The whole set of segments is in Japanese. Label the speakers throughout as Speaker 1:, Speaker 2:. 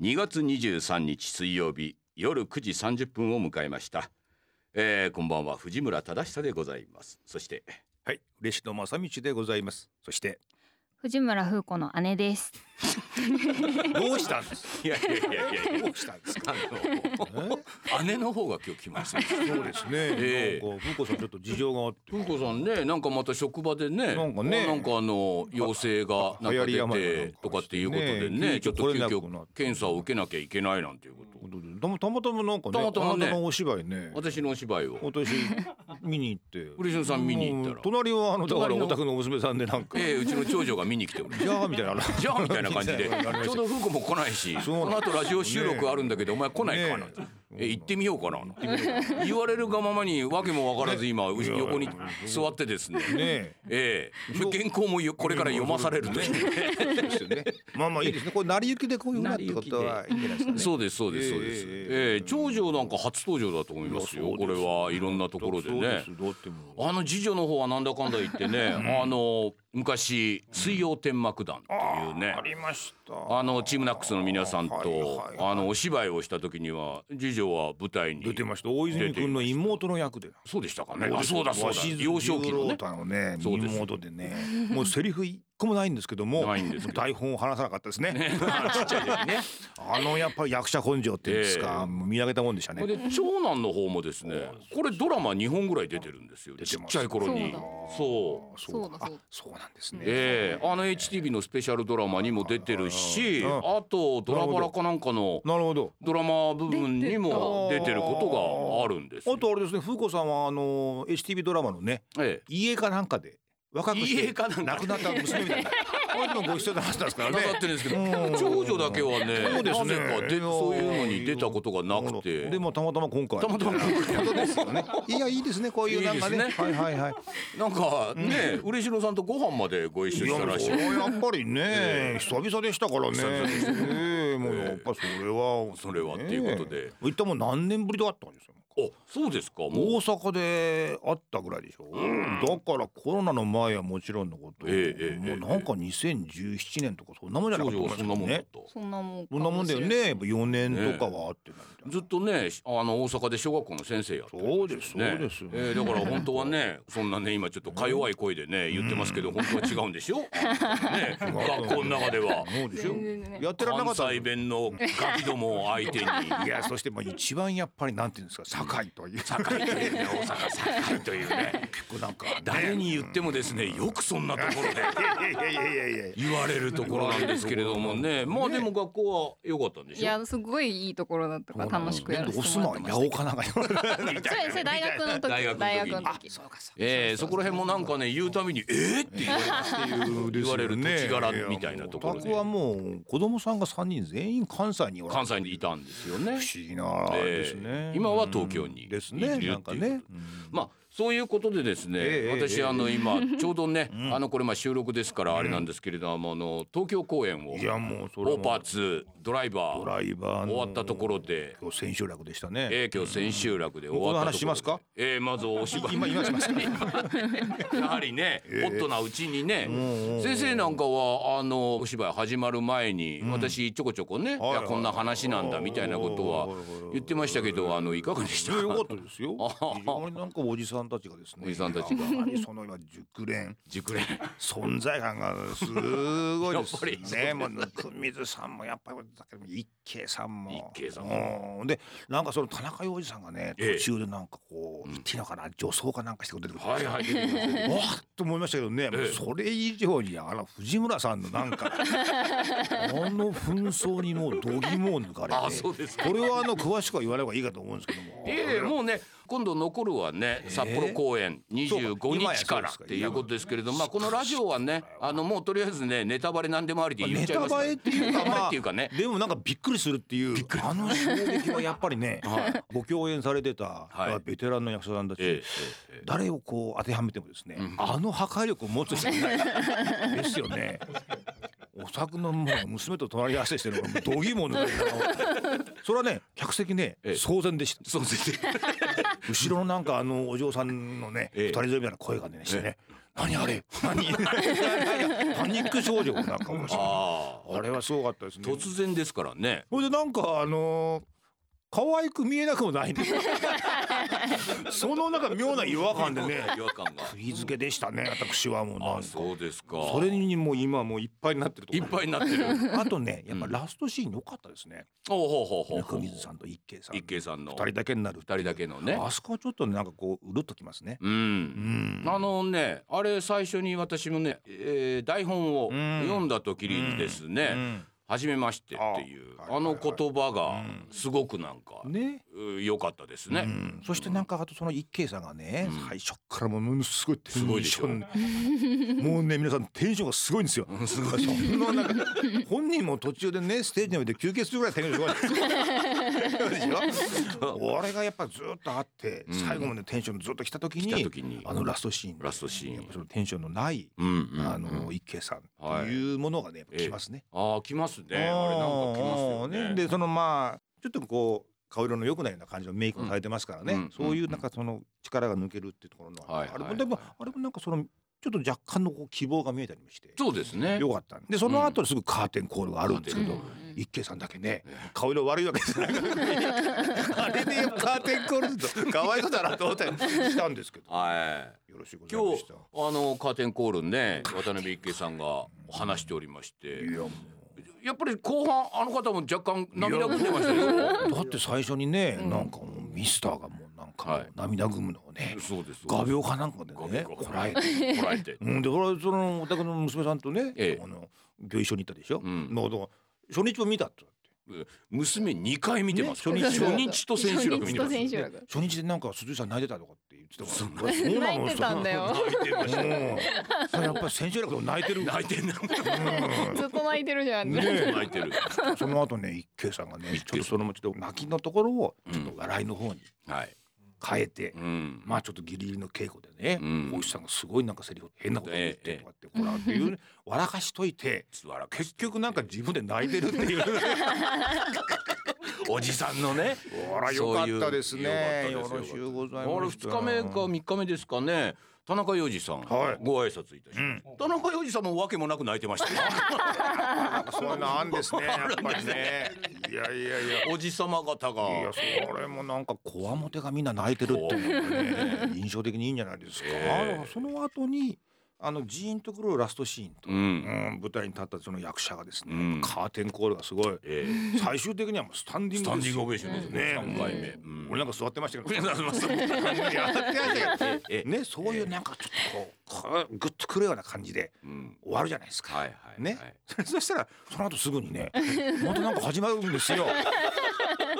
Speaker 1: 2月23日水曜日夜9時30分を迎えました、えー、こんばんは藤村忠久でございますそして
Speaker 2: はい、嬉野正道でございます。そして、
Speaker 3: 藤村風子の姉です。
Speaker 2: どうしたんです。
Speaker 1: いやいやいやいやいや
Speaker 2: どうしたんですか。
Speaker 1: あの姉の方が今日来ましたね
Speaker 2: そうです
Speaker 1: え
Speaker 2: ね。
Speaker 1: え
Speaker 2: なんか、ふうこさん、ちょっと事情があって。
Speaker 1: 風子さんねなんかまた職場でね
Speaker 2: なんかね
Speaker 1: なんかあの陽性がなんか出
Speaker 2: 流行り病なん
Speaker 1: て
Speaker 2: か
Speaker 1: とかっていうことで
Speaker 2: して
Speaker 1: ね
Speaker 2: ね
Speaker 1: ちょっと急
Speaker 2: 急遽来れなくなっ
Speaker 1: 遽
Speaker 2: て
Speaker 1: 検査を受けなきゃいけないなんていうこと
Speaker 2: たまたまたまなんかね、
Speaker 1: たまたまね
Speaker 2: あなのお芝居ね。
Speaker 1: 私のお芝居を
Speaker 2: 私、見に行って。
Speaker 1: 嬉野さん見に行ったら
Speaker 2: もう隣は、あの、だから、
Speaker 1: 隣の
Speaker 2: お宅の娘さんで、なんか。
Speaker 1: ええうちの長女が見に来ており
Speaker 2: じゃあ、みたいな。
Speaker 1: じゃあみたいな感 じでちょうど風子も来ないし
Speaker 2: そう
Speaker 1: この後ラジオ収録あるんだけどお前来ないかな
Speaker 2: ね
Speaker 1: え行ってみようかな言われるがままに訳もわからず今
Speaker 2: ね
Speaker 1: 横に座ってですね
Speaker 2: ね
Speaker 1: ええ原稿もよこれから読まされるという
Speaker 2: え。ですよね。まあまあ、いいですね。これ、成り行きで、こういうふうなってことは。いけないですかね。
Speaker 1: そうですそうですそうです
Speaker 2: ええ
Speaker 1: ええ長女なんか初登場だと思いますよこれはいろんなところで
Speaker 2: そう
Speaker 1: ね
Speaker 2: すだってもう
Speaker 1: あの次女の方はなんだかんだ言ってねあの昔水曜天幕団っていうね
Speaker 2: ありました。
Speaker 1: あのチームナックスの皆さんと、
Speaker 2: はいはいはい
Speaker 1: あのお芝居をした時には次女は舞台に
Speaker 2: 出てました。大泉君の妹の役で。
Speaker 1: そうでしたかねあそうだそうだ幼少期のね
Speaker 2: のね
Speaker 1: そうです
Speaker 2: 妹でねもうセリフ一個もないんですけども
Speaker 1: ないんですけど
Speaker 2: 台本を話さなかったですね
Speaker 1: ちっちゃい時ね
Speaker 2: あのやっぱり役者根性っていうんですか、
Speaker 1: ええ
Speaker 2: もう見上げたもんでしたね
Speaker 1: で長男の方もですねこれドラマ2本ぐらい出てるんですよ
Speaker 2: 出
Speaker 1: ち
Speaker 2: て
Speaker 1: っ
Speaker 2: ます
Speaker 1: ちゃい頃に
Speaker 3: そうだ
Speaker 1: そう
Speaker 3: そうだそうだ
Speaker 2: あそうなんですね、
Speaker 1: ええあの HTV のスペシャルドラマにも出てるし
Speaker 2: うん
Speaker 1: あとドラバラかなんかの
Speaker 2: なるほど
Speaker 1: ドラマ部分にも出てることがあるんですよ
Speaker 2: あとあれですね風子さんはあの HTV ドラマのね
Speaker 1: え
Speaker 2: 家かなんかで若くして
Speaker 1: 家かなんか
Speaker 2: 亡くなった娘みた いなこれでもご一緒で話したんですから
Speaker 1: え
Speaker 2: ね
Speaker 1: なさってるんですけど
Speaker 2: うん
Speaker 1: 長女だけはね
Speaker 2: そうで
Speaker 1: な
Speaker 2: す
Speaker 1: ぜ
Speaker 2: ね
Speaker 1: かでそういうのに出たことがなくて
Speaker 2: でもたまたま今回
Speaker 1: たまたま今回
Speaker 2: 本当ですよねいやいいですねこういうなんかね
Speaker 1: いいです
Speaker 2: はいはいはい
Speaker 1: なんかね、嬉野さんとご飯までご一緒したらしい。
Speaker 2: ややっぱりね、
Speaker 1: え
Speaker 2: 久々でしたからね。
Speaker 1: 久々でしたね
Speaker 2: ええもう
Speaker 1: ええ
Speaker 2: やっぱそれは、
Speaker 1: それはっていうことで
Speaker 2: ねえ。いったもう何年ぶりだったんですよ。
Speaker 1: あ、そうですか。もう。
Speaker 2: 大阪で会ったぐらいでしょ、だからコロナの前はもちろんのこと、
Speaker 1: ええええええ
Speaker 2: もうなんか2017年とかそんなもんじゃな
Speaker 1: 長
Speaker 2: かった
Speaker 1: 女
Speaker 2: と
Speaker 1: は
Speaker 2: 思
Speaker 1: そんなもん
Speaker 2: います
Speaker 1: だっ
Speaker 2: ね
Speaker 1: た。
Speaker 3: そんなもんか
Speaker 2: そんなもんだよねやっぱ4年とかは会ってないみたいな、
Speaker 1: ずっとね、あの大阪で小学校の先生やってる
Speaker 2: そうです
Speaker 1: ね
Speaker 2: そうですよ、
Speaker 1: えーだから本当 はね、そんなね、今ちょっとか弱い声でね、言ってますけど、本当は違うんでしょ。ね、学校の中では。
Speaker 2: そうでしょ
Speaker 3: 全然ね
Speaker 2: やってられなか
Speaker 1: 関
Speaker 2: った
Speaker 1: 西弁のガキどもを相手に。
Speaker 2: いやそしてまあ一番やっぱりなんていうんですか堺という
Speaker 1: 堺というね、大阪堺というね。
Speaker 2: なんか
Speaker 1: 誰に言ってもですね、よくそんなとこ ろで。
Speaker 2: いやいやいやいや
Speaker 1: 言われるところなんですけれどもね。まあでも学校は良かったんでしょ
Speaker 3: いやすごいいいところだったから楽しくやらせ
Speaker 2: お
Speaker 3: て
Speaker 2: 住ま
Speaker 3: もらって
Speaker 2: い
Speaker 3: ま
Speaker 2: 八
Speaker 3: し
Speaker 2: 尾かなんかみ
Speaker 3: た。
Speaker 2: た
Speaker 3: そ
Speaker 2: いうな
Speaker 3: です大学の時
Speaker 1: 大学の時
Speaker 3: 大学の時
Speaker 1: ええそこら辺もなんかね言うたびに「えっ?」って言われますっていう言われる土地柄みたいなところ
Speaker 2: お宅は
Speaker 1: で
Speaker 2: もう子供さんが三人全員関西におられ
Speaker 1: 関西
Speaker 2: て
Speaker 1: にいたんですよね。
Speaker 2: 不思議なあれですね、
Speaker 1: ええ今は東京に
Speaker 2: うんです
Speaker 1: いるっ
Speaker 2: ね
Speaker 1: ていう
Speaker 2: なんかね、
Speaker 1: まあそういうことでですね、
Speaker 2: ええ
Speaker 1: 私、
Speaker 2: ええ
Speaker 1: あの今ちょうどね、あのこれまあ収録ですからあれなんですけれども、あの東京公演を
Speaker 2: いやもうそれ
Speaker 1: オーパ
Speaker 2: も
Speaker 1: ーツドライバ
Speaker 2: ド
Speaker 1: ー
Speaker 2: ライバー
Speaker 1: 終
Speaker 2: の
Speaker 1: わったところで、
Speaker 2: 今日千秋楽でしたね、
Speaker 1: ええ今日千秋楽で終わったところで
Speaker 2: この話しますか
Speaker 1: ええまずお芝居
Speaker 2: 今今しますか
Speaker 1: やはりね、ホットなうちにね、
Speaker 2: んう ん
Speaker 1: 先生なんかはあのお芝居始まる前に、私ちょこちょこね、い
Speaker 2: はい
Speaker 1: や
Speaker 2: はい
Speaker 1: こんな話なんだみたいなことは言ってましたけど、あのいかがでした
Speaker 2: いやよかったですよ非常になんかおじさんたちがですね
Speaker 1: おじさんたちが
Speaker 2: やはりその今熟練
Speaker 1: 熟練。
Speaker 2: 存在感がすごいで
Speaker 1: やっぱりそうです
Speaker 2: す
Speaker 1: ね
Speaker 2: ね。もう温水さんもやっぱりだけど一慶さんも。
Speaker 1: 一慶さん
Speaker 2: うんでなんかその田中洋次さんがね
Speaker 1: ええ
Speaker 2: 途中でなんかこう、言っていいのかな女装かなんかして出てくる。
Speaker 1: はいはい。
Speaker 2: わーっと思いましたけどね、もう
Speaker 1: ええ
Speaker 2: それ以上にあの藤村さんのなん かあの紛争にもう度肝を抜かれ て
Speaker 1: あそうですか
Speaker 2: これはあの詳しくは言わない方がいいかと思うんですけども
Speaker 1: ええもうね今度残るはね札幌公演25日から
Speaker 2: そうか今やそうですか
Speaker 1: っていうことですけれどもまあこのラジオはねあのもうとりあえずねネタバレなんでもありで言っ
Speaker 2: ネ
Speaker 1: ちゃい
Speaker 2: タ
Speaker 1: ます
Speaker 2: バレっていうか、
Speaker 1: ネタバレ
Speaker 2: ま
Speaker 1: っ
Speaker 2: あ、
Speaker 1: ていうかね
Speaker 2: でもなんかびっくりするっていうあの衝撃はやっぱ りね、 ご共演されてた、
Speaker 1: はい
Speaker 2: ベテランの役者さんたち、
Speaker 1: ええええ
Speaker 2: 誰を こう当てはめてもですね、あの破壊力を持つ人いないですよね。お宅のもう娘と隣り合わせしてるのがどぎも抜けたそれはね客席ね
Speaker 1: ええ
Speaker 2: 騒然でした
Speaker 1: そうですね。
Speaker 2: 後ろのなんかあのお嬢さんのね
Speaker 1: ええ
Speaker 2: 二人添いみたいな声がねしてね何あれ 何パニック症状なんか もしれない
Speaker 1: ああ、
Speaker 2: あれはすごかったですね
Speaker 1: 突然ですからね。
Speaker 2: それでなんかあのー可愛く見えなくもない んですよそのなんか妙な違和感でね
Speaker 1: 違和感が。
Speaker 2: 釘付けでしたね私はもうなん
Speaker 1: あ、
Speaker 2: かそ
Speaker 1: そうですか。
Speaker 2: れにもう今もういっぱいになってると
Speaker 1: い
Speaker 2: 思
Speaker 1: っ
Speaker 2: う
Speaker 1: ぱいになってる。
Speaker 2: あとねやっぱ
Speaker 1: うん
Speaker 2: ラストシーン良かったですね
Speaker 1: おうほうほうほうほ
Speaker 2: 温
Speaker 1: う。
Speaker 2: 水さんと一慶さん
Speaker 1: 一慶さんの
Speaker 2: 二人だけになる
Speaker 1: 二人だけのね。
Speaker 2: あそこはちょっとなんかこううるっときますね
Speaker 1: う。
Speaker 2: うんん
Speaker 1: あのね、あれ最初に私もね、えー、台本を
Speaker 2: うん
Speaker 1: 読んだ時にですね、
Speaker 2: うん
Speaker 1: 初めましてっていう
Speaker 2: あ
Speaker 1: あの言葉
Speaker 2: は
Speaker 1: が
Speaker 2: いはいはいうん
Speaker 1: すごくなんか
Speaker 2: ね
Speaker 1: う良かったです
Speaker 2: う
Speaker 1: ね。
Speaker 2: んそしてなんかあとその一慶さんがね
Speaker 1: うん
Speaker 2: 最初からもうものすごいテ
Speaker 1: すごいで
Speaker 2: ン
Speaker 1: し
Speaker 2: シ
Speaker 1: ょ
Speaker 2: ョンもうね皆さんテンションがすごいんですよ。すごい。そんななんか本人も途中でねステージに置いて休憩するぐらいテンションがすごい。 そうでしょ。俺がやっぱずっとあって
Speaker 1: うん
Speaker 2: 最後までテンションずっと来た時
Speaker 1: 来た
Speaker 2: に
Speaker 1: 時に
Speaker 2: あのラストシーン。
Speaker 1: ラストシーン
Speaker 2: やっぱそのテンションのない
Speaker 1: うんうんうん
Speaker 2: あの一慶さんというものがねやっぱ来ますね。
Speaker 1: ああ来ますね。あれ
Speaker 2: あ
Speaker 1: な
Speaker 2: ー
Speaker 1: んか来ますよ
Speaker 2: あー
Speaker 1: ね。
Speaker 2: でそのまあちょっとこう顔色の良くないような感じのメイクもされてますからね、
Speaker 1: うんうん
Speaker 2: そういう
Speaker 1: うん
Speaker 2: なんかその力が抜けるっていうところの、
Speaker 1: はい
Speaker 2: あれ
Speaker 1: はいは
Speaker 2: も
Speaker 1: い
Speaker 2: でもあれもなんかそのちょっと若干のこう希望が見えたりもして
Speaker 1: そうですね。
Speaker 2: よかったんでその後にすぐカーテンコールがあるんですけど、
Speaker 3: うん
Speaker 2: 一慶さんだけね
Speaker 1: え
Speaker 2: 顔色悪いわけじゃないあれでカーテンコールだとかわいそうだなと思ったりしたんですけど
Speaker 1: はい。
Speaker 2: よろしゅうござい
Speaker 1: 今
Speaker 2: ま
Speaker 1: 日
Speaker 2: した。
Speaker 1: あのカーテンコールね渡辺一慶さんが話しておりまして
Speaker 2: いやもう
Speaker 1: やっぱり後半あの方も若干涙ぐんでましたよ
Speaker 2: だって最初にね、なんかもうミスターがもうなんかも
Speaker 1: はいう
Speaker 2: 涙ぐむのをね、
Speaker 1: そうです
Speaker 2: 画鋲かなんかでねこ
Speaker 1: こ
Speaker 2: ら
Speaker 1: らえ
Speaker 2: えて。
Speaker 1: てこらえて
Speaker 2: うん、で俺はそのお宅の娘さんとね、
Speaker 1: ええ
Speaker 2: あの今日一緒に行ったでしょ、
Speaker 1: うん
Speaker 2: のだから初日も見たって
Speaker 1: 娘二回見てますから
Speaker 2: ね
Speaker 1: 初日と千秋楽見て
Speaker 3: 人
Speaker 1: ます
Speaker 3: 選手
Speaker 2: で
Speaker 3: 楽
Speaker 2: 初日でなんか鈴木さん泣いてたとかって言ってたから
Speaker 3: 泣いてたんだよ
Speaker 2: うんそれやっぱり千秋楽でも泣いてる
Speaker 1: 泣いてんだ
Speaker 3: ずっと泣いてるじゃん、
Speaker 2: ね
Speaker 1: 泣いてる
Speaker 2: その後ね一慶さんがね
Speaker 1: 一慶
Speaker 2: ちょっとそのちょっと泣きのところを
Speaker 1: うん
Speaker 2: ちょっと笑いの方に
Speaker 1: はい
Speaker 2: 変えて、
Speaker 1: うん
Speaker 2: まあちょっとギリギリの稽古でね、
Speaker 1: うん
Speaker 2: 大石さんがすごいなんかセリフ変なこと言ってとかって、ほらっていう笑かしといて
Speaker 1: 素晴らしい
Speaker 2: 結局なんか自分で泣いてるっていう
Speaker 1: おじさんのね
Speaker 2: ほらよかったですね
Speaker 1: そういう良
Speaker 2: よ
Speaker 1: かった
Speaker 2: ろ
Speaker 1: です
Speaker 2: しゅうござ
Speaker 1: あ
Speaker 2: い
Speaker 1: れ
Speaker 2: ま
Speaker 1: 二
Speaker 2: す
Speaker 1: 日目か三日目ですかね田中洋次さん
Speaker 2: はい
Speaker 1: ご挨拶いたしました田中洋次さんもわけもなく泣いてま したよ
Speaker 2: そういうのあんですねやっぱりねいやいやいや
Speaker 1: おじさま方が
Speaker 2: いやそれもなんかこわもてがみんな泣いてるっていうのがね印象的にいいんじゃないですか、
Speaker 1: ええ
Speaker 2: その後にあのジーンとくるラストシーンと、
Speaker 1: う
Speaker 2: うんん、舞台に立ったその役者がですね、
Speaker 1: うん
Speaker 2: カーテンコールがすごい
Speaker 1: え
Speaker 2: 最終的にはもうスタンデ
Speaker 1: え
Speaker 2: ィ
Speaker 1: ス
Speaker 2: ング
Speaker 1: タンデ
Speaker 2: で
Speaker 1: ィン
Speaker 2: す
Speaker 1: グオ
Speaker 2: よ
Speaker 1: ベーションですね
Speaker 2: ね
Speaker 1: 三回目うん
Speaker 2: 俺なんか座ってました けどやってましたけど
Speaker 1: ええ
Speaker 2: ねそういうなんかちょっとこうこうグッとくるような感じで
Speaker 1: うん
Speaker 2: 終わるじゃないですか、
Speaker 1: はいはい
Speaker 2: ね
Speaker 1: はい、
Speaker 2: そしたらその後すぐにねまたなんか始まるんで すよ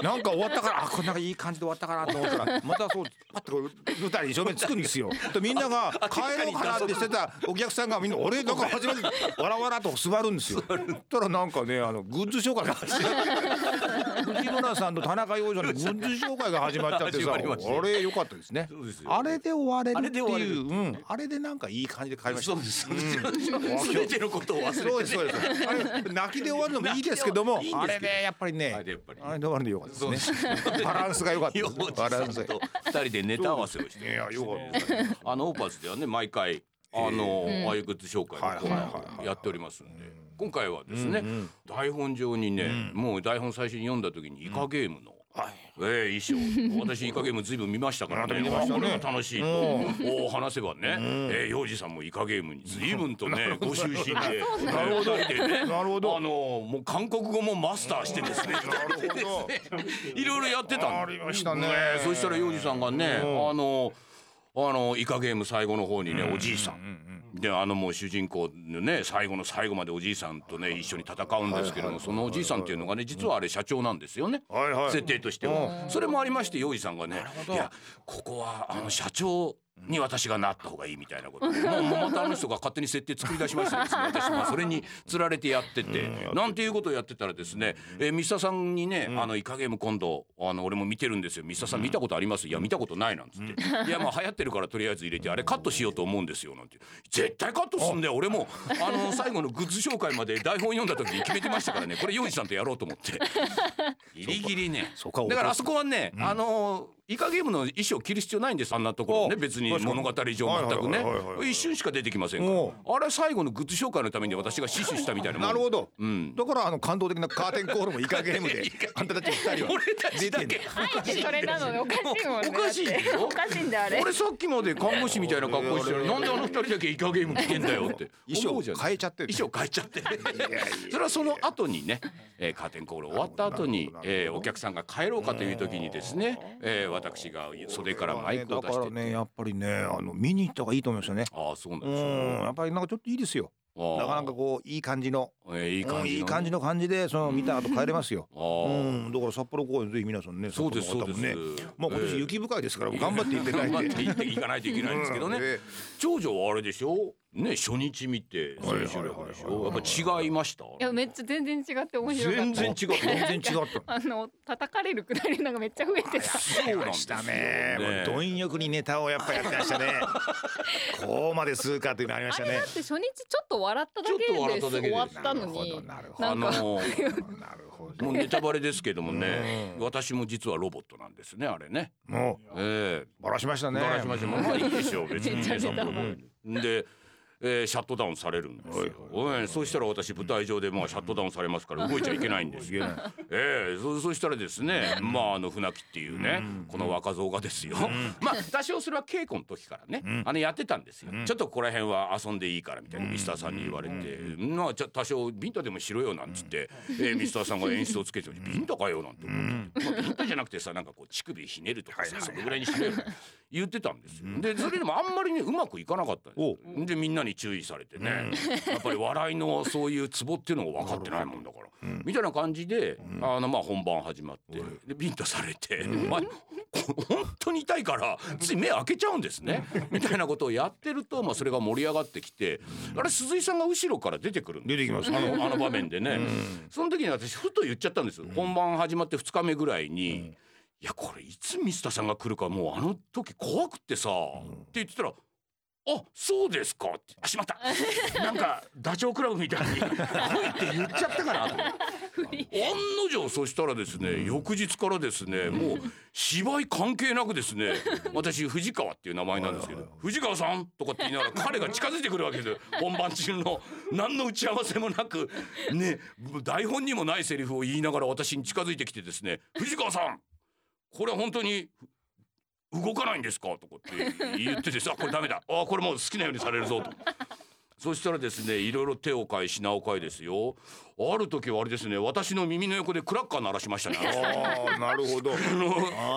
Speaker 2: なんか終わったからあこれなんかいい感じで終わったかなと思ったらまたそうパッとこう舞台に正面つくんですよとみんなが帰ろうかなってしてたお客さんがみんな俺なんか始まるわらわらと座るんですよそしたらなんかねあのグッズ紹介が始まって藤村さんと田中洋次のグッズ紹介が始まっちゃって
Speaker 1: 始
Speaker 2: さ
Speaker 1: まりました
Speaker 2: あれ良かったですね
Speaker 1: そうですよ
Speaker 2: あれで終われる
Speaker 1: あれ
Speaker 2: って
Speaker 1: で
Speaker 2: い
Speaker 1: 終
Speaker 2: う
Speaker 1: わ
Speaker 2: うんあれでなんかいい感じで会話して
Speaker 1: そうです。 全てのことを忘れ
Speaker 2: そうです
Speaker 1: て。
Speaker 2: そうです。あれ泣きで終わるのもいいですけども、
Speaker 1: 泣きで終
Speaker 2: あ
Speaker 1: わるいいんですけど
Speaker 2: れでやっぱりね、
Speaker 1: あ
Speaker 2: あ
Speaker 1: れで
Speaker 2: れで
Speaker 1: やっぱり
Speaker 2: 終わるのよかったですね。
Speaker 1: そうです
Speaker 2: バランスが良かったで
Speaker 1: よ
Speaker 2: すね。
Speaker 1: う
Speaker 2: バラ
Speaker 1: さ
Speaker 2: ン
Speaker 1: ん
Speaker 2: スが。
Speaker 1: と二人でネタ合わせをし
Speaker 2: い
Speaker 1: て。
Speaker 2: やよかっ た。
Speaker 1: あのオーパスではね毎回あの
Speaker 3: うん
Speaker 1: ああいうグッズ紹介のコーナーをやっておりますんで、今回はですね、
Speaker 2: うんうん
Speaker 1: 台本上にね、
Speaker 2: うん
Speaker 1: もう台本最初に読んだ時にイカゲームの、
Speaker 2: はい。
Speaker 1: ええ衣装私イカゲームずいぶん見ましたから
Speaker 2: あな
Speaker 1: ね
Speaker 2: た見てましたね
Speaker 1: あこれも楽しいと、お話せばね、
Speaker 2: ん
Speaker 1: ええ洋次さんもイカゲームにずいぶんとねご就寝で
Speaker 2: なるほど
Speaker 1: ええ二人でね
Speaker 2: なるほど
Speaker 1: あのもう韓国語もマスターしてですね
Speaker 2: なるほ ど。
Speaker 1: いろいろやってたの
Speaker 2: ありましたね
Speaker 1: えそしたら洋二さんがね、
Speaker 2: うん
Speaker 1: あのあのイカゲーム最後の方にね、おじいさ
Speaker 2: うん
Speaker 1: ん
Speaker 2: うん
Speaker 1: であのもう主人公のね最後の最後までおじいさんとね一緒に戦うんですけどもそのおじいさんっていうのがね実はあれ社長なんですよね。
Speaker 2: はいはい。
Speaker 1: 設定としてはそれもありまして洋二さんがね「いやここはあの社長に私がなった方がいいみたいなこと、もうもうまたあの人が勝手に設定作り出しまして ですね私まあそれにつられてやってて、なんていうことをやってたらですね、えー、ミサさんにね「あのイカゲーム今度あの俺も見てるんですよミサさん見たことあります?」いや見たことない」なんつって「いやまあ流行ってるからとりあえず入れてあれカットしようと思うんですよ」なんて「絶対カットすんだよ俺もあの最後のグッズ紹介まで台本読んだ時に決めてましたからねこれヨウジさんとやろうと思ってギリギリね
Speaker 2: そうか
Speaker 1: だからあそこはね、あのイカゲームの衣装着る必要ないんですあんなところね
Speaker 2: お
Speaker 1: 別に
Speaker 2: 確かに
Speaker 1: 物語上全くね
Speaker 2: はいはいはいはいはい
Speaker 1: 一瞬しか出てきませんからあれ最後のグッズ紹介のために私が死守したみたいなもん
Speaker 2: なるほど、
Speaker 1: うん
Speaker 2: だからあの感動的なカーテンコールもイカゲームであんたたち二人は
Speaker 1: 俺たちだけ
Speaker 3: あえてそれなのでおかしいもんね
Speaker 1: おかしいでしょ
Speaker 3: おかしいんだよあれ
Speaker 1: 俺さっきまで看護師みたいな格好してるなんであの二人だけイカゲーム着てんだよって
Speaker 2: 衣
Speaker 1: 思
Speaker 2: 装
Speaker 1: うじゃない
Speaker 2: 変えちゃってる
Speaker 1: 衣装変えちゃって それはその後にね、えーカーテンコール終わった後に
Speaker 2: なるほどなるほど
Speaker 1: えーお客さんが帰ろうかという時にですね、えー私が袖からマイクを出し
Speaker 2: だ
Speaker 1: て
Speaker 2: か
Speaker 1: っ
Speaker 2: らね
Speaker 1: て
Speaker 2: やっぱりねあの見に行った方がいいと思いますよね
Speaker 1: ああそうなん
Speaker 2: うん
Speaker 1: ですね
Speaker 2: やっぱりなんかちょっといいですよ
Speaker 1: ああ
Speaker 2: なかなかこういい感じの
Speaker 1: えーいい感
Speaker 2: うん
Speaker 1: じ
Speaker 2: いい
Speaker 1: の
Speaker 2: 感じの感じでその見た後帰れますよ
Speaker 1: ああ
Speaker 2: うんだから札幌公演ぜひ皆さんね
Speaker 1: そうです
Speaker 2: 札
Speaker 1: そう
Speaker 2: 幌
Speaker 1: で
Speaker 2: の
Speaker 1: す
Speaker 2: 方もねまあ今年雪深いですから
Speaker 1: ええ
Speaker 2: 頑張って行っ てない
Speaker 1: 頑張
Speaker 2: ん
Speaker 1: って
Speaker 2: で
Speaker 1: 行っていかないといけないんですけどね、
Speaker 2: うんえ
Speaker 1: 長女はあれでしょね初日見て
Speaker 2: はいはい
Speaker 1: 千秋楽でし
Speaker 2: はい
Speaker 1: ょやっぱ違いました
Speaker 3: いやめっちゃ全然違って面白かった
Speaker 1: 全然違う
Speaker 2: 全然違った
Speaker 3: あの叩かれるくだりなんかめっちゃ増えてた
Speaker 1: そうなん
Speaker 2: で
Speaker 1: で
Speaker 2: し
Speaker 1: す
Speaker 2: た
Speaker 1: よ
Speaker 2: ね。もう貪欲にネタをやっぱやってましたね。こうまでするかというのありましたね
Speaker 3: だ。って初日ちょっと笑っただ
Speaker 1: ちょっと
Speaker 3: け
Speaker 1: 笑っ
Speaker 3: で
Speaker 1: ただけで
Speaker 3: 終わったのに
Speaker 2: なるほど
Speaker 3: な
Speaker 1: あ
Speaker 3: ん か
Speaker 1: の
Speaker 2: なるほど。
Speaker 1: もうネタバレですけどもね
Speaker 2: うん
Speaker 1: 私も実はロボットなんですねあれね
Speaker 2: も
Speaker 1: ええ
Speaker 2: うバラしましたね。
Speaker 1: バラしましたもんまあいいでしょう別に
Speaker 3: めっちゃ出た
Speaker 1: ねでえーシャットダウンされるんですよ、ええそうしたら私舞台上でまあシャットダウンされますから動いちゃいけないんですよ
Speaker 2: いけない
Speaker 1: ええそそしたらですね、まああの船木っていうね、この若造がですよ、まあ多少それは稽古の時からね、あのやってたんですよ、ちょっとここら辺は遊んでいいからみたいなミスターさんに言われて、まあちょ多少ビンタでもしろよなんつって、ええミスターさんが演出をつけてるのにビンタかよなんて思ってて、まあビンタじゃなくてさなんかこう乳首ひねるとかさ、それぐらいにしろよ言ってたんですよ。でそれでもあんまりねうまくいかなかったんですよでみんなに注意されてね、やっぱり笑いのそういうツボっていうのが分かってないもんだから、みたいな感じで、あのまあ本番始まってでビンタされて、まあ、本当に痛いからつい目開けちゃうんですねみたいなことをやってると、まあ、それが盛り上がってきてあれ鈴井さんが後ろから出てくるんです
Speaker 2: 出てきます
Speaker 1: あ
Speaker 2: ね
Speaker 1: のあの場面でね、その時に私ふと言っちゃったんですよ、本番始まって2日目ぐらいに。いやこれいつミスターさんが来るかもうあの時怖くってさ、って言ってたらあそうですかってあしまったなんかダチョウ倶楽部みたいに「 来い」って言っちゃったかなと思って案の定そしたらですね翌日からですねもう芝居関係なくです ね私藤川っていう名前なんですけど「藤川さん?」とかって言いながら彼が近づいてくるわけ ですよ本番中の何の打ち合わせもなくね台本にもないセリフを言いながら私に近づいてきてですね「藤川さんこれは本当に動かないんですか?」とかって言っててさ「あこれダメだあこれもう好きなようにされるぞ」と。そしたらですねいろいろ手を変え品を変えですよある時はあれですね私の耳の横でクラッカー鳴らしましたねあの人
Speaker 2: ああ、なるほど。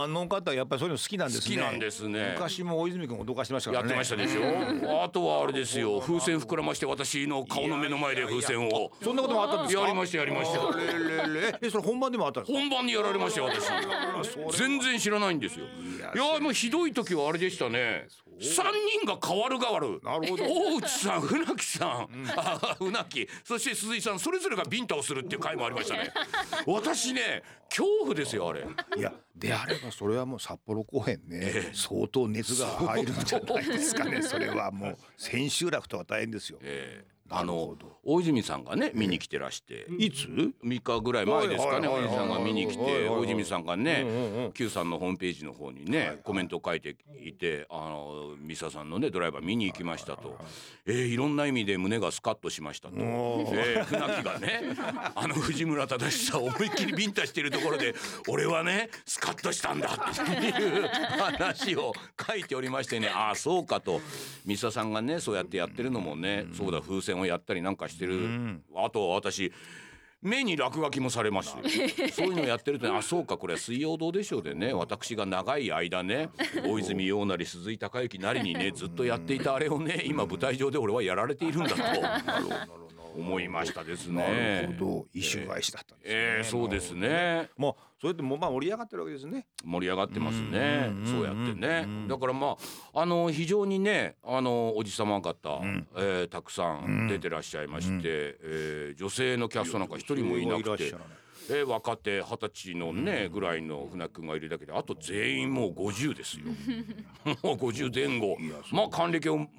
Speaker 2: あの方やっぱりそういうの好きなんです
Speaker 1: 好
Speaker 2: ね。
Speaker 1: きなんですね
Speaker 2: 昔も大泉君脅かしてましたか
Speaker 1: や
Speaker 2: ら
Speaker 1: っ
Speaker 2: ね。
Speaker 1: てましたでしょあとはあれですよ風船膨らまして私の顔の目の前で風船を
Speaker 2: そんなこともあったんですか。
Speaker 1: やりましたやりました
Speaker 2: あれれれえ、それ本番でもあったんですか。
Speaker 1: 本番にやられましたよ私全然知らないんですよいやもうひどい時はあれでしたね三人が変わる変わる
Speaker 2: なるほど
Speaker 1: 大内さん船木さん、あ 船木そして鈴井さんそれぞれがビンタをするっていう回もありました ね私ね恐怖ですよあれ
Speaker 2: いや、であれば、それはもう札幌公演ね、相当熱が入るんじゃないですかね。それはもう千秋楽とは大変ですよ。
Speaker 1: ええ
Speaker 2: な
Speaker 1: あ
Speaker 2: るほ
Speaker 1: の
Speaker 2: ど
Speaker 1: 大泉さんがね見に来てらして、
Speaker 2: いつ。
Speaker 1: 3日ぐらい前ですかね
Speaker 2: はい
Speaker 1: 大
Speaker 2: はいはい
Speaker 1: 泉さんが見に来
Speaker 2: はいはい
Speaker 1: て
Speaker 2: はい
Speaker 1: 大泉さんが
Speaker 2: うんう
Speaker 1: ね Q さんのホームページの方にねコメントを書いていて「あのミサさんのねドライバー見に行きました」と「えーいろんな意味で胸がスカッとしました」と。
Speaker 2: おー
Speaker 1: えー船木がねあの藤村忠久を思いっきりビンタしてるところで「俺はねスカッとしたんだ」っていう話を書いておりましてねああそうかとミサさんがねそうやってやってるのもねそうだ風船をやったりなんかしてるあと私目に落書きもされましたよ そういうのやってるとねあそうかこれは水曜どうでしょうでね私が長い間 ね大泉洋なり鈴井 貴之なりにねずっとやっていたあれをね今舞台上で俺はやられているんだと。思いましたです
Speaker 2: な
Speaker 1: ね。
Speaker 2: るほど、イシュ返しだったんです、ね
Speaker 1: ええそうです。ね。
Speaker 2: もうそれでもうまあ盛り上がってるわけですね。
Speaker 1: 盛り上がってますね
Speaker 2: うん。
Speaker 1: そうやって
Speaker 2: う
Speaker 1: ね
Speaker 2: ん。
Speaker 1: だからまああの非常にねあのおじさま方、
Speaker 2: ん
Speaker 1: えーたくさ
Speaker 2: うん
Speaker 1: ん出てらっしゃいまして、えー女性のキャストなんか一人もいなくて
Speaker 2: らっしゃ。らない
Speaker 1: えー若手二十歳のねぐらいの船木君がいるだけであと全員もう50ですよ もう50前後
Speaker 2: いやそう
Speaker 1: まあ還暦をうん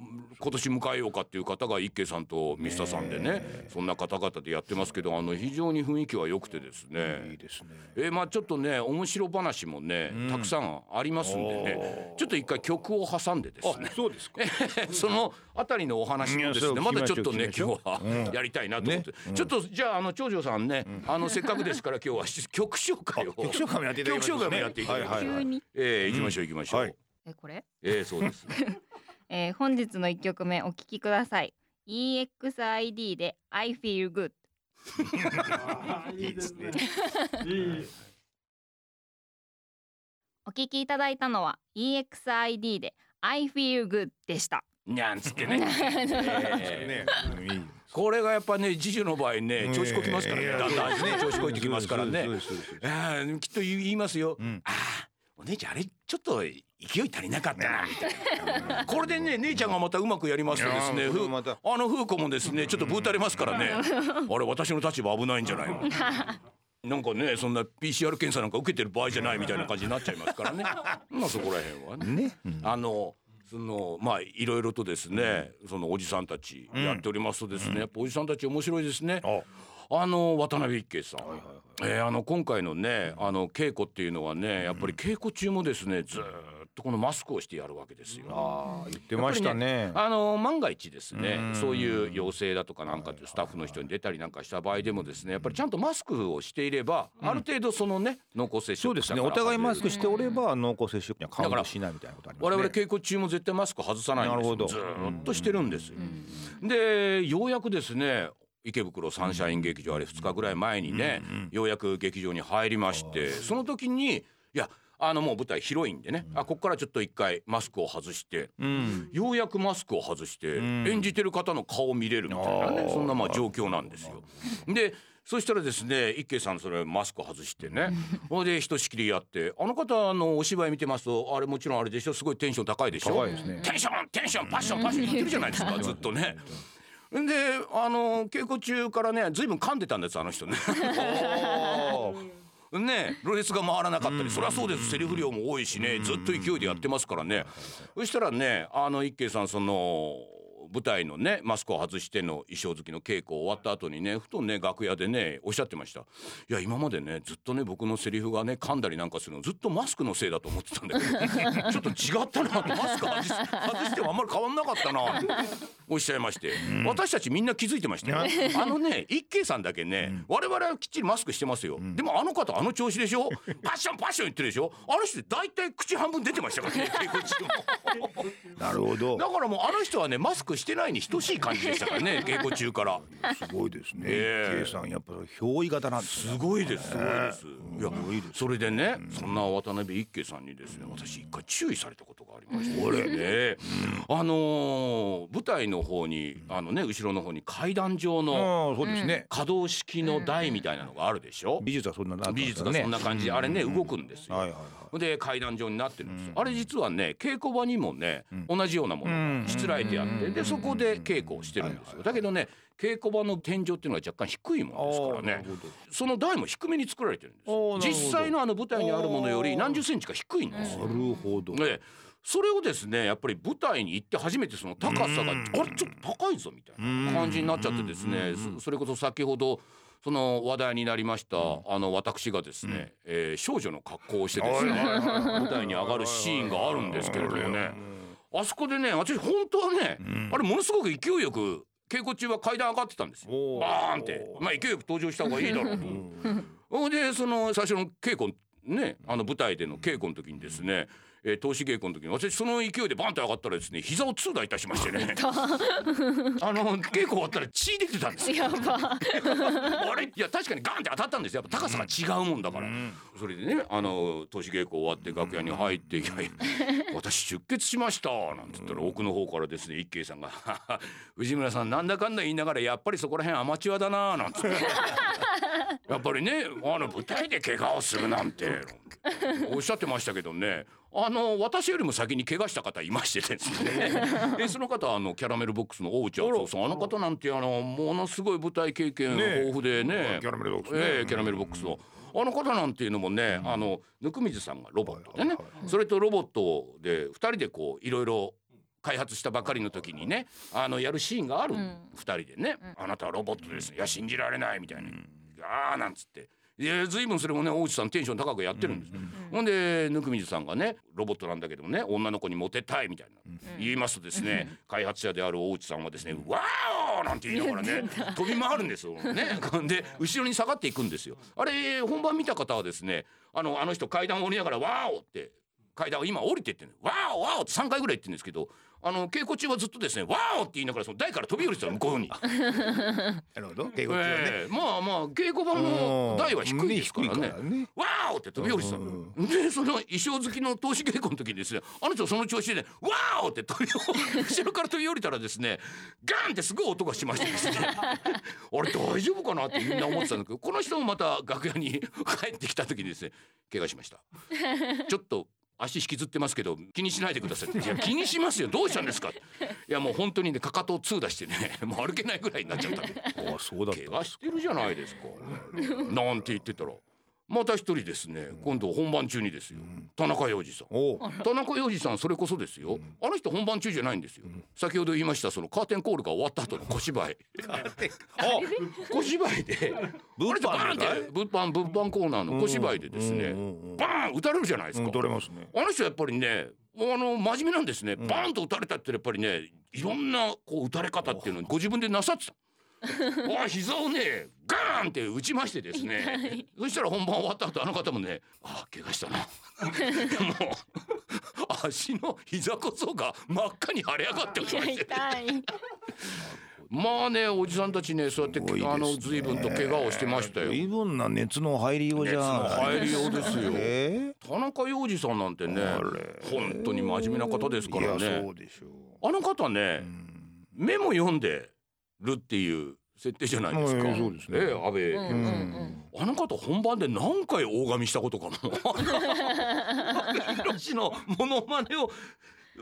Speaker 1: 今年迎えようかっていう方が一慶さんとミスタさんでねそんな方々でやってますけどあの非常に雰囲気は良くてです
Speaker 2: いい
Speaker 1: ね
Speaker 2: ですね。
Speaker 1: えーまあちょっとね面白話もねたくさんありますんでねちょっと一回曲を挟んでですね
Speaker 2: あ、そうですか。
Speaker 1: そのあたりのお話をです
Speaker 2: うん
Speaker 1: ね、
Speaker 2: そう
Speaker 1: まだちょっとね
Speaker 2: 聞、きましょ
Speaker 1: 今
Speaker 2: う
Speaker 1: 日はやりたいなと思って
Speaker 2: ねう。ん
Speaker 1: ちょっと、じゃあ、あの長女さんね、あのせっかくですから、今日は し曲紹介を。
Speaker 2: 局所カメやっていただきましょう
Speaker 1: 局所カメやっていただきましょ
Speaker 2: はいはい
Speaker 3: 急に
Speaker 1: ええ、行きましょう、行きましょ。
Speaker 2: はいう
Speaker 3: えこれ、
Speaker 1: ええ、そうです。
Speaker 3: えー、本日の一曲目お聞きください EXID で I feel good
Speaker 2: いいですね。
Speaker 3: お聞きいただいたのは EXID で I feel good でした
Speaker 1: なんつって ね。ええ
Speaker 2: ね、いい。
Speaker 1: これがやっぱね、次女の場合ね、調子こきますからね、だんだんね、調子こいてきますからね
Speaker 2: そう。ですそうですそうです
Speaker 1: ああ、きっと言いますよ
Speaker 2: うん。
Speaker 1: ああ、お姉ちゃん、あれ、ちょっと勢い足りなかったなみたいな。 これで ね、姉ちゃんがまたうまくやりますとです
Speaker 2: い
Speaker 1: ね
Speaker 2: やーこれ。また
Speaker 1: あの風子もですねちょっとぶーたれますからねあれ私の立場危ないんじゃないの なんかねそんな PCR 検査なんか受けてる場合じゃないみたいな感じになっちゃいますから ねまあそこら辺はね
Speaker 2: ね。
Speaker 1: あのそのまあいろいろとですねそのおじさんたちやっておりますとですね、やっぱおじさんたち面白いですね
Speaker 2: あ、
Speaker 1: あの渡辺一慶さん、えーあの今回のねあの稽古っていうのはねやっぱり稽古中もですねずーっとこのマスクをしてやるわけですよ
Speaker 2: あー、言ってましたね。
Speaker 1: あの万が一ですね
Speaker 2: うん
Speaker 1: そういう要請だとかなんかってスタッフの人に出たりなんかした場合でもですねやっぱりちゃんとマスクをしていれば、ある程度そのね濃厚接
Speaker 2: そ
Speaker 1: 触
Speaker 2: うです
Speaker 1: 者
Speaker 2: ね。
Speaker 1: から
Speaker 2: お互いマス
Speaker 1: 外れ
Speaker 2: ク
Speaker 1: る
Speaker 2: しておれば濃厚接触にはカウントしないみたいなことありますね。
Speaker 1: 我々稽古中も絶対マスク外さないんです
Speaker 2: なるほど
Speaker 1: よずーっとしてるんですよ。でようやくですね池袋サンシャイン劇場あれ2日ぐらい前にね、ようやく劇場に入りましてその時にいやあのもう舞台広いんでね、あここからちょっと一回マスクを外して。
Speaker 2: うん。
Speaker 1: ようやくマスクを外して
Speaker 2: ん
Speaker 1: 演じてる方の顔を見れるみたいな
Speaker 2: あ
Speaker 1: ね
Speaker 2: ー
Speaker 1: そんなまあ状況なんですよ。でそしたらですね一慶さんそれマスク外してねほいでひとしきりやってあの方あのお芝居見てますとあれもちろんあれでしょすごいテンション高いでしょ
Speaker 2: 高いですね
Speaker 1: テンションテンションパッションパッション言ってるじゃないです かずっとね。であの稽古中からねずいぶん噛んでたんですあの人ね。ねろれつが回らなかったりそりゃそうですセリフ量も多いしねずっと勢いでやってますからねそしたらねあの一慶さんその舞台のねマスクを外しての衣装好きの稽古終わった後にねふとね楽屋でねおっしゃってましたいや今までねずっとね僕のセリフがね噛んだりなんかするのずっとマスクのせいだと思ってたんだけ どちょっと違ったなとマスク外し外してもあんまり変わんなかったなっておっしゃいまして、私たちみんな気づいてましたよあのね一慶さんだけね、我々はきっちりマスクしてますよ、でもあの方あの調子でしょパッションパッション言ってるでしょあの人大体口半分出てましたから ね稽古中も
Speaker 2: なるほど。
Speaker 1: だからもうあの人はねマスクしてないに等しい感じでしたからね稽古中から
Speaker 2: すごいですね。
Speaker 1: ええ
Speaker 2: K さんやっぱり憑依型なんですね。
Speaker 1: すごいですすごいですいや
Speaker 2: ごいです
Speaker 1: それでねそんな渡辺一慶さんにですね私一回注意されたことがありましてこれねあのー舞台の方にあのね後ろの方に階段状の、
Speaker 2: ああ、そうですね。
Speaker 1: 可動式の台みたいなのがあるでしょ、
Speaker 2: 美術はそんなな
Speaker 1: 美術がそんな感じであれね動くんですよ、
Speaker 2: はいはいはい。
Speaker 1: で階段状になってるんですよ、あれ実はね稽古場にもね、同じようなものがしつらえてあって、でそこで稽古をしてるんですよ、だけどね稽古場の天井っていうのは若干低いもんですから
Speaker 2: あーな
Speaker 1: ね
Speaker 2: るほど
Speaker 1: その台も低めに作られてるんですよ
Speaker 2: あーなるほど
Speaker 1: 実際のあの舞台にあるものよ
Speaker 2: あ
Speaker 1: り
Speaker 2: ー
Speaker 1: 何十センチか低いんですよ
Speaker 2: なるほど。
Speaker 1: ええそれをですねやっぱり舞台に行って初めてその高さが、あれちょっと高いぞみたいな感じになっちゃってですね、そそれこそ先ほどその話題になりました、あの私がですね、えー少女の格好をしてですね、舞台に上がるシーンがあるんですけれどもね、あそこでね私本当はね、あれものすごく勢いよく稽古中は階段上がってたんですよ
Speaker 2: おー
Speaker 1: バーンってまあ勢いよく登場した方がいいだろうと。ほんでその最初の稽古ねあの舞台での稽古の時にですねえー、投資稽古の時に私その勢いでバンと上がったらですね膝を 痛打いたしましてねあの稽古終わったら血出てたんですよ
Speaker 3: やば。
Speaker 1: あれいや確かにガンって当たったんですよやっぱ高さが違うもんだから、それでねあの投資稽古終わって楽屋に入って「いやいや 私出血しました」なんて言ったら奥の方からですね一慶さんが 「藤村さんなんだかんだ言いながらやっぱりそこら辺アマチュアだな」なん て言って。やっぱりねあの舞台で怪我をするなんておっしゃってましたけどねあの私よりも先に怪我した方いましてです ねでその方はあのキャラメルボックスの大内敦夫さんあの方なんてあのものすごい舞台経験
Speaker 2: ねえ
Speaker 1: 豊富でね
Speaker 2: キャラメルボックスね
Speaker 1: ええキャラメルボックスの。あの方なんていうのもね、あの温水さんがロボットでね、それとロボットで2人でこういろいろ開発したばかりの時にねあのやるシーンがある、
Speaker 3: う
Speaker 1: 二
Speaker 3: ん
Speaker 1: 2人でね、あなたはロボットです」「いや信じられない」みたいな「ああ」なんつって。いや随分それもね大内さんテンション高くやってるんですよ、ほんで温水さんがねロボットなんだけどもね女の子にモテたいみたいな、言いますとですね開発者である大内さんはですね「わーお!」なんて言いながらね飛び回るんです よ。ね、で後ろに下がっていくんですよ。あれ本番見た方はですねあのあの人階段を降りながら「わーお!」って階段を今降りてってね「わーおわーお!」って3回ぐらい言ってるんですけどあの稽古中はずっとですね「わーお!」って言いながらその台から飛び降りてたの向こうに。
Speaker 2: なるほど稽古中はね
Speaker 1: ええまあまあ稽古場の台は低いですから
Speaker 2: うん低
Speaker 1: ね
Speaker 2: いか らね。
Speaker 1: わーおって飛び降りてたの
Speaker 2: う
Speaker 1: でその衣装好きの投資稽古の時にですねあの人その調子でね「わーお!」って飛び降り 後ろから飛び降りたらですねガンってすごい音がしましてですね あれ大丈夫かなってみんな思ってたんだけどこの人もまた楽屋に 帰ってきた時にですね怪我しま した。ちょっと足引きずってますけど気にしないでください。いや気にしますよどうしたんですか。いやもう本当にねかかとを痛打してねもう歩けないぐらいになっちゃった。
Speaker 2: ああそうだった
Speaker 1: 怪我してるじゃないですか。なんて言ってたら、また一人ですね、今度本番中にですよ、田中洋次さん。
Speaker 2: おう
Speaker 1: 田中洋次さんそれこそですよ、あの人本番中じゃないんですよ、先ほど言いましたそのカーテンコールが終わった後の小芝居
Speaker 2: あ
Speaker 1: 小芝居であ
Speaker 2: 物
Speaker 1: れでバーン
Speaker 2: 販
Speaker 1: っ
Speaker 2: じゃない
Speaker 1: て物販物販コーナーの小芝居でですね、
Speaker 2: うんうんうん
Speaker 1: バーン打たれるじゃないです
Speaker 2: う
Speaker 1: か、
Speaker 2: ん取れますね。
Speaker 1: あの人やっぱりねあの真面目なんですね、バーンと打たれたってやっぱりねいろんなこう打たれ方っていうのをご自分でなさって た。あ膝をねガーンって打ちましてですねそしたら本番終わった後あの方もねあ怪我 したなもう足の膝こそが真っ赤に腫れ上がっておりまして
Speaker 3: 痛い。
Speaker 1: まあねおじさんたちねそうやって、
Speaker 2: すごいですね
Speaker 1: あの随分と怪我をしてましたよ
Speaker 2: 随分な熱の入りようじゃん。
Speaker 1: 熱の入りようですよ
Speaker 2: え
Speaker 1: 田中洋次さんなんてね
Speaker 2: あれ
Speaker 1: 本当に真面目な方です
Speaker 2: え
Speaker 1: か
Speaker 2: い
Speaker 1: ら
Speaker 2: や
Speaker 1: ね
Speaker 2: そうでしょ
Speaker 1: あの方ね、
Speaker 2: う。うん
Speaker 1: メモ読んでるっていう設定じゃないですか。
Speaker 2: ええそうですね
Speaker 1: ええ安倍、
Speaker 3: うんうんうん。
Speaker 1: あの方本番で何回大神したことかも。広のモノマネを。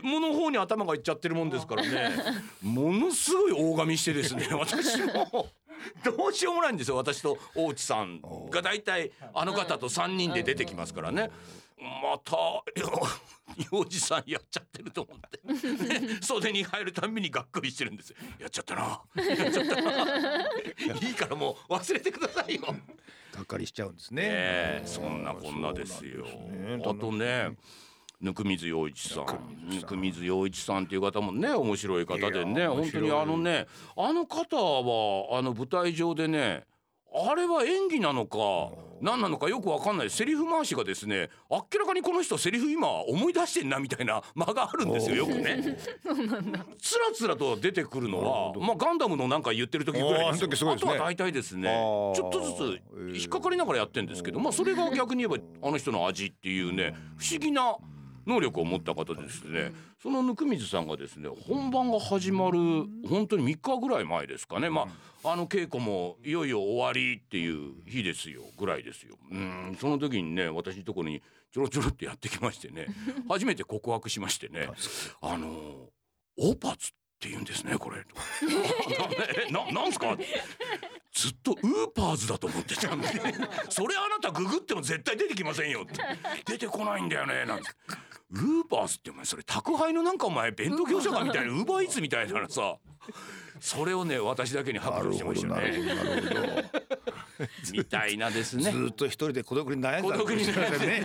Speaker 1: もの方に頭がいっちゃってるもんですからね。ものすごい大神してですね、私も。どうしようもないんですよ、私と大内さんが大体あの方と三人で出てきますからね。また、よ幼児さんやっちゃってると思って。ね袖に入るたんびにがっくりしてるんですよ。やっちゃったな。やっちゃったな。いいからもう忘れてくださいよ。
Speaker 2: がっかりしちゃうんですね。
Speaker 1: ええ
Speaker 2: うん
Speaker 1: そんなこんなですよ。
Speaker 2: そうなんです
Speaker 1: あ
Speaker 2: ね
Speaker 1: とね。温水洋一さん温水洋一さんっていう方もね面白い方で
Speaker 2: い
Speaker 1: ね
Speaker 2: や
Speaker 1: 本当に
Speaker 2: 面白い
Speaker 1: あのねあの方はあの舞台上でねあれは演技なのか何なのかよくわかんないセリフ回しがですね明らかにこの人セリフ今思い出してんなみたいな間があるんですよよくね。つらつらと出てくるの
Speaker 2: な
Speaker 1: は
Speaker 2: るほど
Speaker 1: まあガンダムのなんか言ってる時ぐらいです
Speaker 2: あーあの時す
Speaker 1: よあ
Speaker 2: ごいです
Speaker 1: と
Speaker 2: ね
Speaker 1: は大体ですね
Speaker 2: あー
Speaker 1: ちょっとずつ引っかかりながらやってんですけど、まあ、それが逆に言えばあの人の味っていうね不思議な能力を持った方ですねその温水さんがですね本番が始まる本当に3日ぐらい前ですかね、まあ、あの稽古もいよいよ終わりっていう日ですよぐらいですよ。うんその時にね私のところにちょろちょろってやってきましてね 初めて告白しましてねあのオーパーツって言うんですねこ れ。えななんすかずっとウーパーズだと思ってたんでそれあなたググっても絶対出てきませんよって出てこないんだよねなんてウーパーズってお前それ宅配のなんかお前弁当業者かみたいなウーバーイーツみたいなさそれをね私だけに
Speaker 2: な
Speaker 1: 白
Speaker 2: る
Speaker 1: 状してました
Speaker 2: ほどな
Speaker 1: ね
Speaker 2: るほどなるほど。
Speaker 1: みたいなです
Speaker 2: ず
Speaker 1: ね
Speaker 2: ーっと一人で孤独に悩んでた
Speaker 1: 孤独に悩んで
Speaker 2: ね。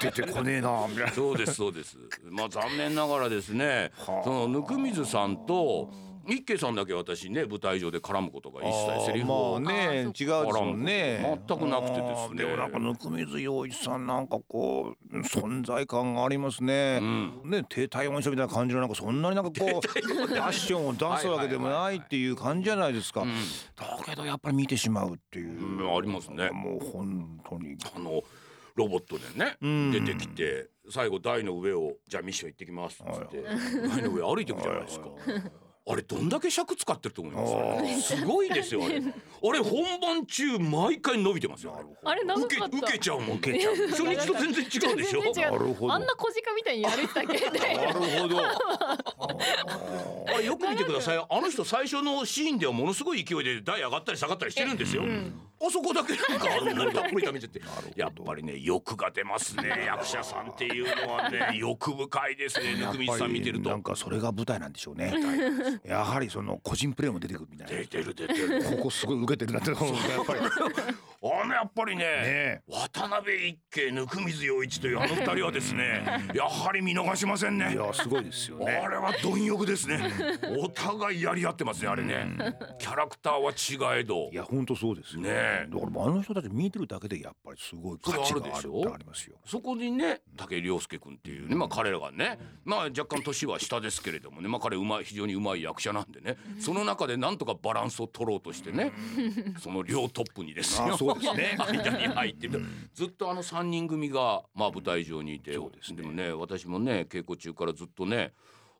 Speaker 2: 出てこねえな みたいな。
Speaker 1: そうですそうですまあ残念ながらですね
Speaker 2: はあ
Speaker 1: その温水さんと一慶さんだけ私ね舞台上で絡むことが一切セリフ
Speaker 2: も
Speaker 1: を、
Speaker 2: まあね違うですもんね
Speaker 1: 全くなくてですね
Speaker 2: あーでもなんか温水洋一さんなんかこう存在感がありますね、
Speaker 1: うん
Speaker 2: ね低体温症みたいな感じのなんかそんなになんかこうファッションを出すわけでもないっていう感じじゃないですか、
Speaker 1: うん
Speaker 2: だけどやっぱり見てしまうっていう、
Speaker 1: うんありますね
Speaker 2: もう本当に
Speaker 1: あのロボットでね、
Speaker 2: うん
Speaker 1: 出てきて最後台の上をじゃあミッション行ってきますっつって台の上歩いていくじゃないですか。あれどんだけ尺使ってると思います
Speaker 2: あー
Speaker 1: すごいですよあれあれ本番中毎回伸びてますよ
Speaker 4: あれ長
Speaker 1: 受け
Speaker 4: かった
Speaker 1: 受けちゃうもん
Speaker 2: 受けちゃう
Speaker 1: 初日と全然違うでしょ
Speaker 4: 全然違
Speaker 2: なる
Speaker 4: う
Speaker 2: ほど
Speaker 4: あんな小鹿みたいにやれてたっけみたい
Speaker 2: な
Speaker 4: な
Speaker 2: るほど
Speaker 1: あれよく見てくださいあの人最初のシーンではものすごい勢いで台上がったり下がったりしてるんですよ、あそこだけなんかあのなんかこれ食べちゃってやっぱりね欲が出ますね役者さんっていうのはね欲深いですね温水さん見てると
Speaker 2: なんかそれが舞台なんでしょうねやはりその個人プレーも出てくるみたい
Speaker 1: 出
Speaker 2: な
Speaker 1: てる出てる
Speaker 2: ここすごい受けてるなって思うやっぱりね
Speaker 1: あのやっぱりね
Speaker 2: え
Speaker 1: 渡辺一慶温水洋一というあの二人はですねやはり見逃しませんね
Speaker 2: いやすごいですよね
Speaker 1: あれは貪欲ですねお互いやり合ってますねあれねキャラクターは違えど
Speaker 2: いや本当そうですよ
Speaker 1: ねえ
Speaker 2: だからあの人たち見てるだけでやっぱりすごい価値があるってありますよ
Speaker 1: そこにね武井亮介君っていうね、まあ、彼らがね、まあ、若干年は下ですけれどもね、まあ、彼うまい非常にうまい役者なんでねその中でなんとかバランスを取ろうとしてねその両トップにです
Speaker 2: あ
Speaker 1: よ
Speaker 2: あそうですね
Speaker 1: 間に入っててずっとあの3人組が、まあ、舞台上にいて
Speaker 2: そうですね
Speaker 1: もね私もね稽古中からずっとね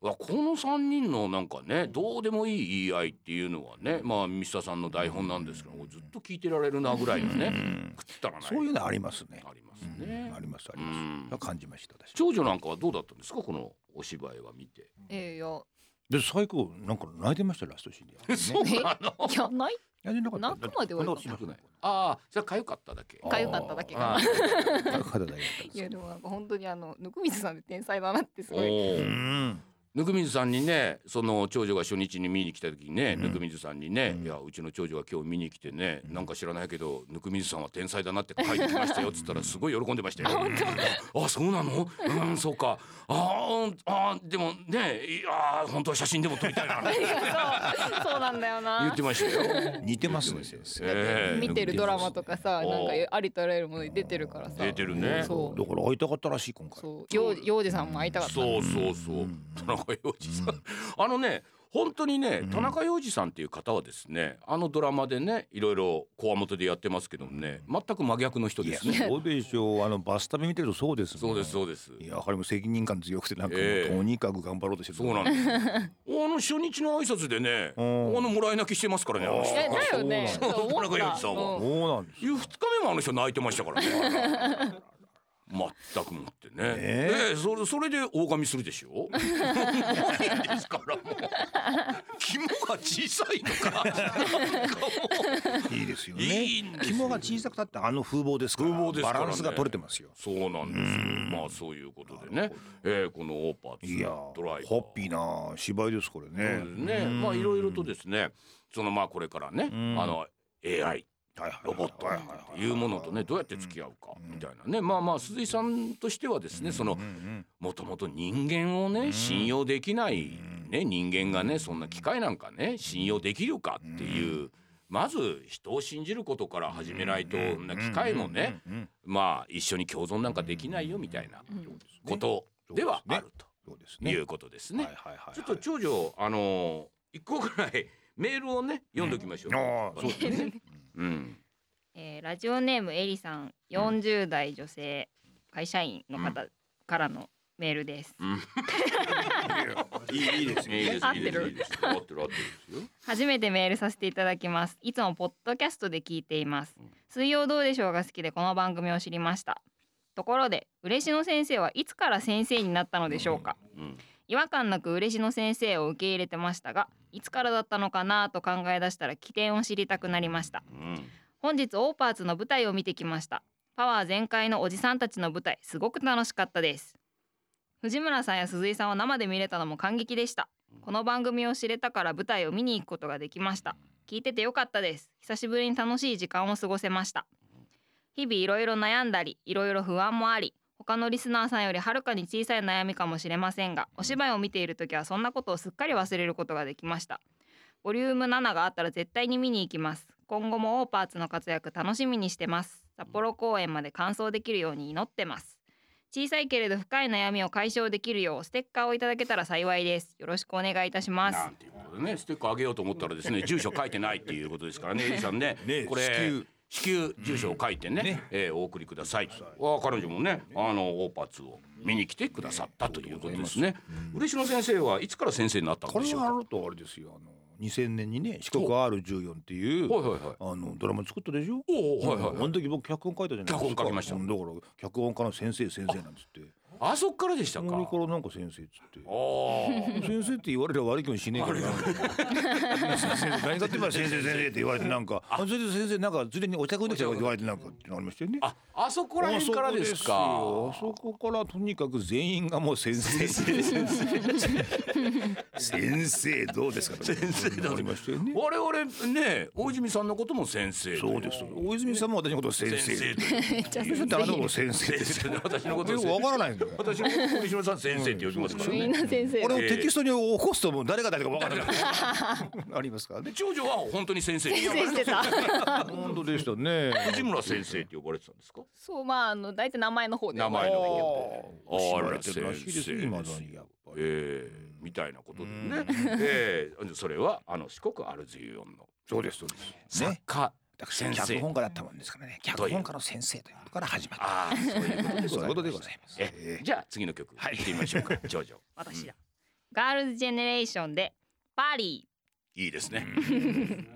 Speaker 1: うわこの3人のなんかねどうでもいい言い合いっていうのはねまあミスターさんの台本なんですけどずっと聞いてられるなぐらいのねくったらない
Speaker 2: そういうのありますね
Speaker 1: ありますね。
Speaker 2: ありますあり
Speaker 1: うん
Speaker 2: ます感じました私
Speaker 1: 長女なんかはどうだったんですかこのお芝居は見て。
Speaker 4: ええよ
Speaker 2: で最後なんか泣いてましたよラストシーン で
Speaker 1: そうな の。
Speaker 4: いやない
Speaker 2: 泣いてなかった
Speaker 4: 泣くまではよかった
Speaker 2: 泣くない
Speaker 1: ああ、それは痒かっただけ。
Speaker 4: かゆかっただけ
Speaker 1: あ
Speaker 4: か
Speaker 2: 泣く方だけだったんです
Speaker 4: いやでもなんか本当にあの温水さんって天才だなってす
Speaker 1: お。
Speaker 4: ごい
Speaker 2: うんん
Speaker 1: ぬくみずさんにね、その長女が初日に見に来た時にね、
Speaker 2: うん
Speaker 1: ぬくみずさんにね、
Speaker 2: うん
Speaker 1: いやうちの長女が今日見に来てね、なんか知らないけどぬくみずさんは天才だなって書いてきましたよっつったらすごい喜んでま したよ。あ、そうなの？うん、そうか。あーあー、でもね、いやー本当は写真でも撮りたいな。
Speaker 4: そうそうなんだよ
Speaker 1: 言
Speaker 4: な
Speaker 1: ってましたよ。
Speaker 2: 似てますね
Speaker 1: ええ
Speaker 4: 見てるドラマとかさ
Speaker 1: お
Speaker 4: なんかありとあらゆるものに出てるからさ
Speaker 1: 出てるね
Speaker 4: そう
Speaker 2: だから会いたかったらしい今回
Speaker 4: そう幼児幼児さんも会いたかった
Speaker 1: そうそうそう、
Speaker 2: うん
Speaker 1: 田中洋次さん、 あのね本当にね、
Speaker 2: うん
Speaker 1: 田中洋次さんっていう方はですねあのドラマでねいろいろこわもてでやってますけどもね全く真逆の人
Speaker 2: い
Speaker 1: で
Speaker 2: や
Speaker 1: すね
Speaker 2: そうでしょうあのバス旅見てるとそうですも
Speaker 1: そ
Speaker 2: ん
Speaker 1: うですそうです
Speaker 2: いややはりもう責任感強くてなんかもう
Speaker 1: ええ
Speaker 2: とにかく頑張ろうとしてる
Speaker 1: そうなん ですあの初日の挨拶でねあ
Speaker 2: うん
Speaker 1: のもらい泣きしてますからねあの人
Speaker 4: えだよね
Speaker 2: そ
Speaker 1: な
Speaker 2: う
Speaker 1: の
Speaker 4: そう思っ
Speaker 1: 田
Speaker 4: た
Speaker 1: 中洋次さんは
Speaker 4: うん
Speaker 2: そうなんです
Speaker 1: いや二日目もあの人泣いてましたからね 全くもってね、
Speaker 2: え
Speaker 1: ええそれそれで大神するで しょないですからもう肝が小さいのかなんかもう
Speaker 2: いいですよ
Speaker 1: いいん
Speaker 2: ね
Speaker 1: ですよ
Speaker 2: 肝が小さくたってあの風貌ですから
Speaker 1: 風貌ですからね
Speaker 2: バランスが取れてますよ
Speaker 1: そうなんですよ。まあそういうことでね、えー、このオーパーツ
Speaker 2: いや
Speaker 1: ドライバー
Speaker 2: ハッピーな芝居ですこれね
Speaker 1: ね、まあいろいろとですね、そのまあこれからね、
Speaker 2: ん
Speaker 1: あの AI
Speaker 2: はいはいはい
Speaker 1: ロボット
Speaker 2: はい
Speaker 1: というものとねどうやって付き合うかみたいなね、まあまあ鈴井さんとしてはですね、その
Speaker 2: うん
Speaker 1: もともと人間をね信用できないね人間がねそんな機械なんかね信用できるかっていう。まず人を信じることから始めないとそんな機械もね
Speaker 2: うんうん
Speaker 1: まあ一緒に共存なんかできないよみたいなことではあると
Speaker 2: そうですね
Speaker 1: いうことですね
Speaker 2: はい。はいはいはい
Speaker 1: ちょっと長女あのー一個ぐらいメールをね読んでおきましょう。
Speaker 2: ああそうですね
Speaker 1: うん。
Speaker 3: えーラジオネームえりさん40代女性会社員の方からのメールです、
Speaker 1: うん
Speaker 2: いいいいです
Speaker 1: いい
Speaker 2: ね
Speaker 1: ですいいですいいです。合ってる合ってるですよ。
Speaker 3: 初めてメールさせていただきますいつもポッドキャストで聞いています水曜どうでしょうが好きでこの番組を知りましたところで嬉野先生はいつから先生になったのでしょうか
Speaker 1: うん。
Speaker 3: 違和感なく嬉野先生を受け入れてましたがいつからだったのかなと考え出したら起点を知りたくなりました
Speaker 1: うん。
Speaker 3: 本日オーパーツの舞台を見てきましたパワー全開のおじさんたちの舞台すごく楽しかったです藤村さんや鈴井さんを生で見れたのも感激でしたこの番組を知れたから舞台を見に行くことができました聞いててよかったです久しぶりに楽しい時間を過ごせました日々いろいろ悩んだりいろいろ不安もあり他のリスナーさんよりはるかに小さい悩みかもしれませんがお芝居を見ている時はそんなことをすっかり忘れることができましたボリューム7があったら絶対に見に行きます今後もオーパーツの活躍楽しみにしてます札幌公演まで完走できるように祈ってます小さいけれど深い悩みを解消できるようステッカーをいただけたら幸いですよろしくお願いいたします
Speaker 1: なんていうことでねステッカーあげようと思ったらですね 住所書いてないっていうことですからねエリさんね
Speaker 2: ね
Speaker 1: これ
Speaker 2: 至急
Speaker 1: 至急住所を書いてね,、
Speaker 2: ね
Speaker 1: えーお送りくださいあ彼女もねあのオーパツを見に来てくださったということですね嬉野先生はいつから先生になったん
Speaker 2: こ
Speaker 1: で
Speaker 2: れ
Speaker 1: しょう
Speaker 2: はあ
Speaker 1: か
Speaker 2: るとあれですよあの2000年にね「四国 R14」っていう
Speaker 1: はいはいはい
Speaker 2: あのドラマ作ったでし
Speaker 1: お
Speaker 2: ょ
Speaker 1: うおうはいはいはい
Speaker 2: あの時僕脚本書いたじゃないですか
Speaker 1: 脚本書きました
Speaker 2: うんだから脚本家の先生先生なんつって
Speaker 1: あそっからでした
Speaker 2: そ
Speaker 1: か
Speaker 2: のからなんか先生っつって
Speaker 1: あー
Speaker 2: 先生って言われれば悪い気もしねえからな先生何かって言えば先生先生って言われてなんかあそれで先生なんかずれにお茶くんできたとか言われてなんかってのありましたよね
Speaker 1: ああそこら辺からですか
Speaker 2: あそこですよあそこからとにかく全員がもう先生先生どうですか先生
Speaker 1: どうですか
Speaker 2: ありましたよね
Speaker 1: 我々ね大泉さんのことも先生
Speaker 2: そうですよ大泉さんも私のことを先生
Speaker 1: 先生という
Speaker 2: 先生ってあなたも先生ですよ
Speaker 1: 私のこと
Speaker 2: よ
Speaker 1: を
Speaker 2: く
Speaker 1: 先
Speaker 2: わ
Speaker 1: 生
Speaker 2: からないんだよ
Speaker 1: 私も堀島さん先生って呼びますから
Speaker 4: み
Speaker 1: ね
Speaker 4: んな先生
Speaker 2: これをテキストに起こすともう誰が誰かわから ないありますからね
Speaker 1: 長女は本当に先生先
Speaker 4: 先生して た
Speaker 2: 本当でしたね
Speaker 1: 藤村先生って呼ばれてたんですか
Speaker 4: そうまああの大体名前の方で
Speaker 1: 名前の
Speaker 2: あ
Speaker 1: 方
Speaker 2: ら先生ですよ今だにやっぱり
Speaker 1: ええみたいなことでね、ええそれはあの四国アルジオンの
Speaker 2: そうですそうです
Speaker 1: 作
Speaker 2: ね
Speaker 1: 家
Speaker 2: 私
Speaker 1: 先生
Speaker 2: 脚本家だったもんですからね脚本家の先生ということから始まった
Speaker 1: ああそういうことで
Speaker 2: そういうことでご
Speaker 1: す
Speaker 2: ざいます
Speaker 1: え
Speaker 2: え
Speaker 1: えじゃあ次の曲行ってみましょう か長女
Speaker 3: 私だ、ガールズジェネレーションでパーリー
Speaker 1: いいですね